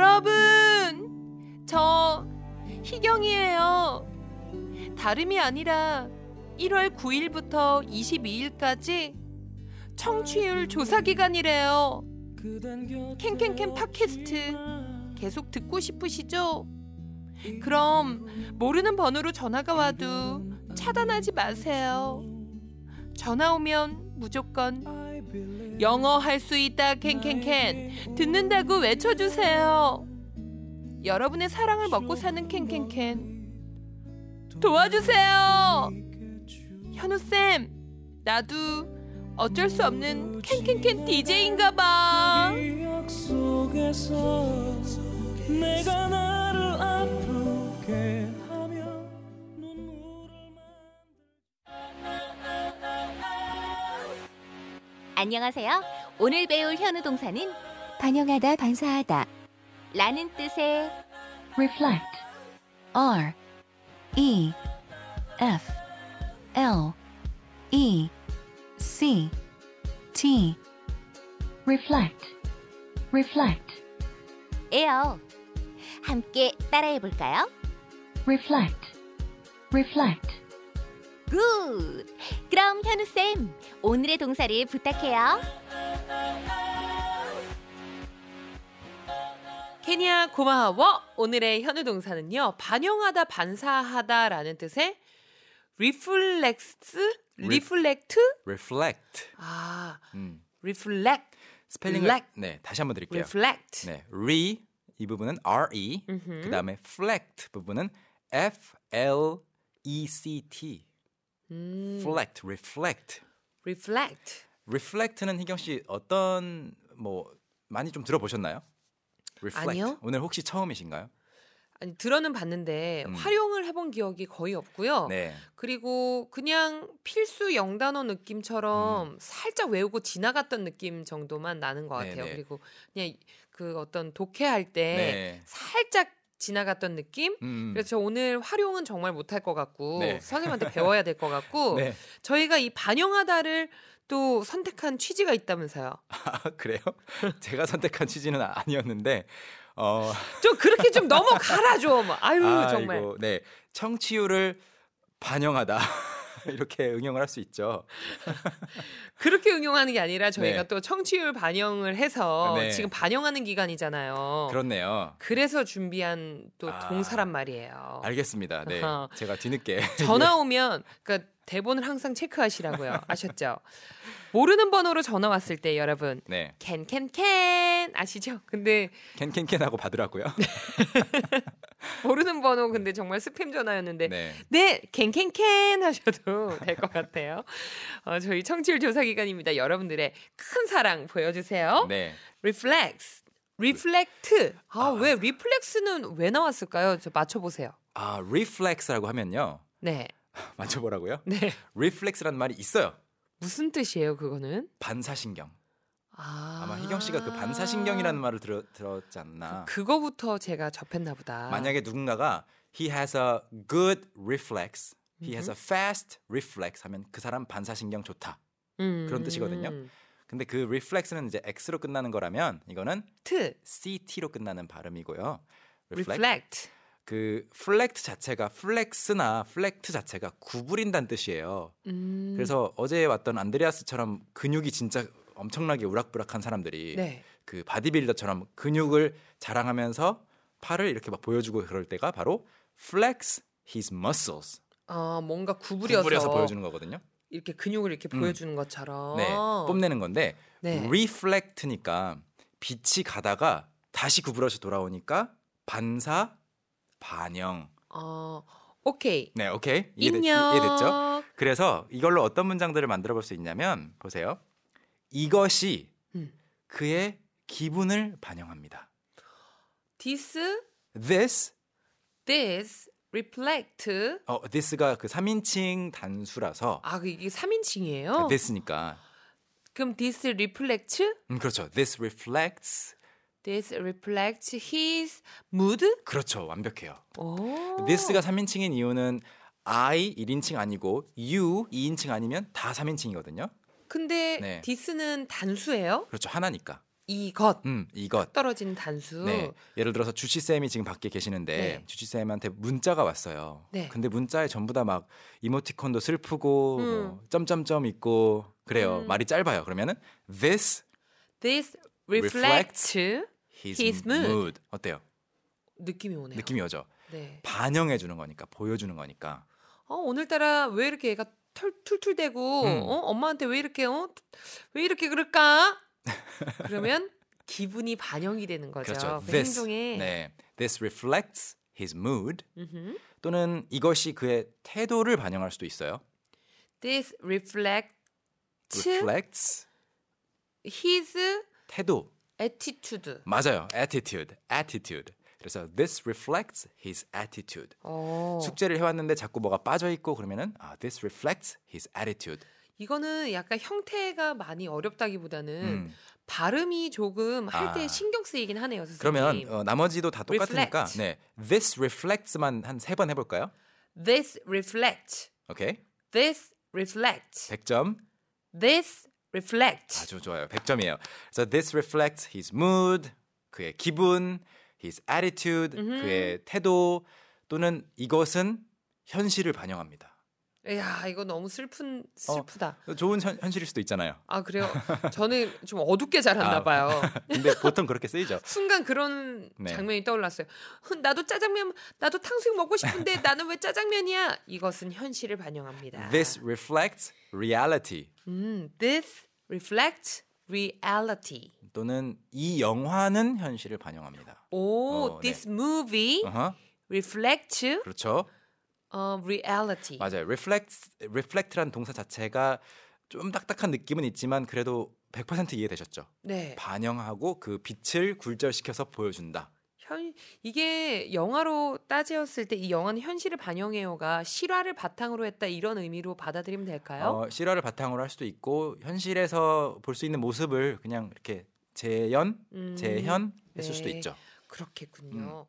여러분, 저 희경이에요. 다름이 아니라 1월 9일부터 22일까지 청취율 조사 기간이래요. 캔캔캔 팟캐스트 계속 듣고 싶으시죠? 그럼 모르는 번호로 전화가 와도 차단하지 마세요. 전화 오면 무조건 영어 할 수 있다 캔캔캔 듣는다고 외쳐주세요. 여러분의 사랑을 먹고 사는 캔캔캔 도와주세요. 현우 쌤, 나도 어쩔 수 없는 캔캔캔 DJ인가 봐. 기억 속에서 내가 나를 아프게 하며 눈물을 안녕하세요. 오늘 배울 현우 동사는 반영하다 반사하다 라는 뜻의 reflect R E F L E C T reflect reflect 에요. 함께 따라해 볼까요? reflect reflect 굿! 그럼 현우 쌤, 오늘의 동사를 부탁해요. 케냐 고마워. 오늘의 현우 동사는요. 반영하다 반사하다라는 뜻의 reflex, reflect. reflect. 아, 음. reflect, 스펠링을 Black. 네, 다시 한번 드릴게요. reflect. 네. re 이 부분은 re 음흠. 그다음에 flect 부분은 f l e c t. 음, flect reflect. reflect. reflect는 희경 씨 어떤 뭐 많이 좀 들어보셨나요? reflect. 아니요. 오늘 혹시 처음이신가요? 아니 들어는 봤는데 음. 활용을 해본 기억이 거의 없고요. 네. 그리고 그냥 필수 영단어 느낌처럼 살짝 외우고 지나갔던 느낌 정도만 나는 것 같아요. 음. 네네. 그리고 그냥 그 어떤 독해할 때 네. 살짝 지나갔던 느낌? 음. 그래서 저 오늘 활용은 정말 못할 것 같고 네. 선생님한테 배워야 될 것 같고 네. 저희가 이 반영하다를 또 선택한 취지가 있다면서요. 아, 그래요? 제가 선택한 취지는 아- 아니었는데 어 좀 그렇게 좀 넘어가라 좀. 아유 아, 정말. 이거, 네. 청취율을 반영하다. 이렇게 응용을 할 수 있죠. 그렇게 응용하는 게 아니라 저희가 네. 또 청취율 반영을 해서 네. 지금 반영하는 기간이잖아요. 그렇네요. 그래서 준비한 또 아. 동사란 말이에요. 알겠습니다. 네. 어. 아하. 제가 뒤늦게 전화 오면 그러니까 대본을 항상 체크하시라고요. 아셨죠? 모르는 번호로 전화 왔을 때 여러분 네. 캔캔캔 아시죠? 근데 캔캔캔 하고 받으라고요. 모르는 번호 근데 정말 스팸 전화였는데 네. 네, 캔캔캔 하셔도 될 것 같아요. 어, 저희 청취율 조사 기간입니다. 여러분들의 큰 사랑 보여주세요. 네. reflex, reflect. 아, 왜 reflex는 왜 나왔을까요? 저 맞춰보세요. 아, reflex라고 하면요. 네, 맞춰 보라고요? 네. reflex라는 말이 있어요. 무슨 뜻이에요, 그거는? 반사신경. 아. 아마 희경 씨가 그 반사신경이라는 말을 들어, 들었지 않나. 그거부터 아. 제가 접했나 보다. 만약에 누군가가 he has a good reflex, he has a fast reflex 하면 그 사람 반사신경 좋다. 음. 그런 뜻이거든요. 근데 그 reflex는 이제 x로 끝나는 거라면 이거는 트, ct로 끝나는 발음이고요. reflect. reflect. 그 flect 자체가 flex나 flect 자체가 구부린다는 뜻이에요. 음. 그래서 어제 왔던 안드레아스처럼 근육이 진짜 엄청나게 우락부락한 사람들이 네. 그 바디빌더처럼 근육을 자랑하면서 팔을 이렇게 막 보여주고 그럴 때가 바로 flex his muscles 아, 뭔가 구부려서, 구부려서 보여주는 거거든요. 이렇게 근육을 이렇게 음. 보여주는 것처럼. 네, 뽐내는 건데 네. reflect니까 빛이 가다가 다시 구부러져 돌아오니까 반사 반영. 어, 오케이. 네, 오케이 이해됐, 인형. 이해됐죠? 그래서 이걸로 어떤 문장들을 만들어 볼 수 있냐면 보세요. 이것이 음. 그의 기분을 반영합니다. This, This this, reflect. 어 this가 그 3인칭 단수라서 아, 아, 어. 그 이게 3인칭이에요? this니까 그럼 this reflects? 음, 그렇죠. This reflects This reflects his mood? 그렇죠. 완벽해요. 오. this가 3인칭인 이유는 I 1인칭 아니고 you 2인칭 아니면 다 3인칭이거든요. 근데 네. this는 단수예요? 그렇죠. 하나니까. 이것 음, 이것. 떨어진 단수. 네. 예를 들어서 주치 쌤이 지금 밖에 계시는데 네. 주치 쌤한테 문자가 왔어요. 네. 근데 문자에 전부 다 막 이모티콘도 슬프고 뭐 음. 점점점 있고 그래요. 음. 말이 짧아요. 그러면은 this This reflects his, His mood. mood. 어때요? 느낌이 오네요. 느낌이 오죠. 네. 반영해 주는 거니까 보여 주는 거니까. 어, 오늘따라 왜 이렇게 애가 털, 툴툴대고 음. 어? 엄마한테 왜 이렇게 어? 왜 이렇게 그럴까? 그러면 기분이 반영이 되는 거죠. 그렇죠. 그 this. 행동에. 네. this reflects his mood 음흠. 또는 이것이 그의 태도를 반영할 수도 있어요. This reflects reflects his 태도. attitude. 맞아요. attitude. attitude. 그래서 this reflects his attitude. 어. 숙제를 해왔는데 자꾸 뭐가 빠져 있고 그러면은 아, this reflects his attitude. 이거는 약간 형태가 많이 어렵다기보다는 음. 발음이 조금 할 때 아. 신경 쓰이긴 하네요, 선생님. 그러면 어, 나머지도 다 똑같으니까 reflect. 네. this reflects만 한 세 번 해볼까요? this reflect, 오케이. this reflect, 100점. this reflect. 아주 좋아요. 100점이에요. So this reflects his mood, 그의 기분, his attitude, 음흠. 그의 태도 또는 이것은 현실을 반영합니다. 아. 야 이거 너무 어. 슬픈 슬프다. 좋은 현, 현실일 수도 있잖아요. 아 그래요? 저는 좀 어둡게 자랐나 아. 봐요. 근데 보통 그렇게 쓰이죠. 순간 그런 네. 장면이 떠올랐어요. "흥, 나도 짜장면, 나도 탕수육 먹고 싶은데 나는 왜 짜장면이야? 이것은 현실을 반영합니다. This reflects reality 음, this reflects reality. 또는 이 영화는 현실을 반영합니다. 오, 어, 네. this movie 어허, reflects 그렇죠. 어, reality. 맞아요. reflects reflect란 동사 자체가 좀 딱딱한 느낌은 있지만 그래도 100% 이해되셨죠? 네. 반영하고 그 빛을 굴절시켜서 보여준다. 현, 이게 영화로 따지었을 때 이 영화는 현실을 반영해요가 실화를 바탕으로 했다 이런 의미로 받아들이면 될까요? 어, 실화를 바탕으로 할 수도 있고 현실에서 볼 수 있는 모습을 그냥 이렇게 재현, 음, 재현했을 음. 네. 수도 있죠. 그렇겠군요.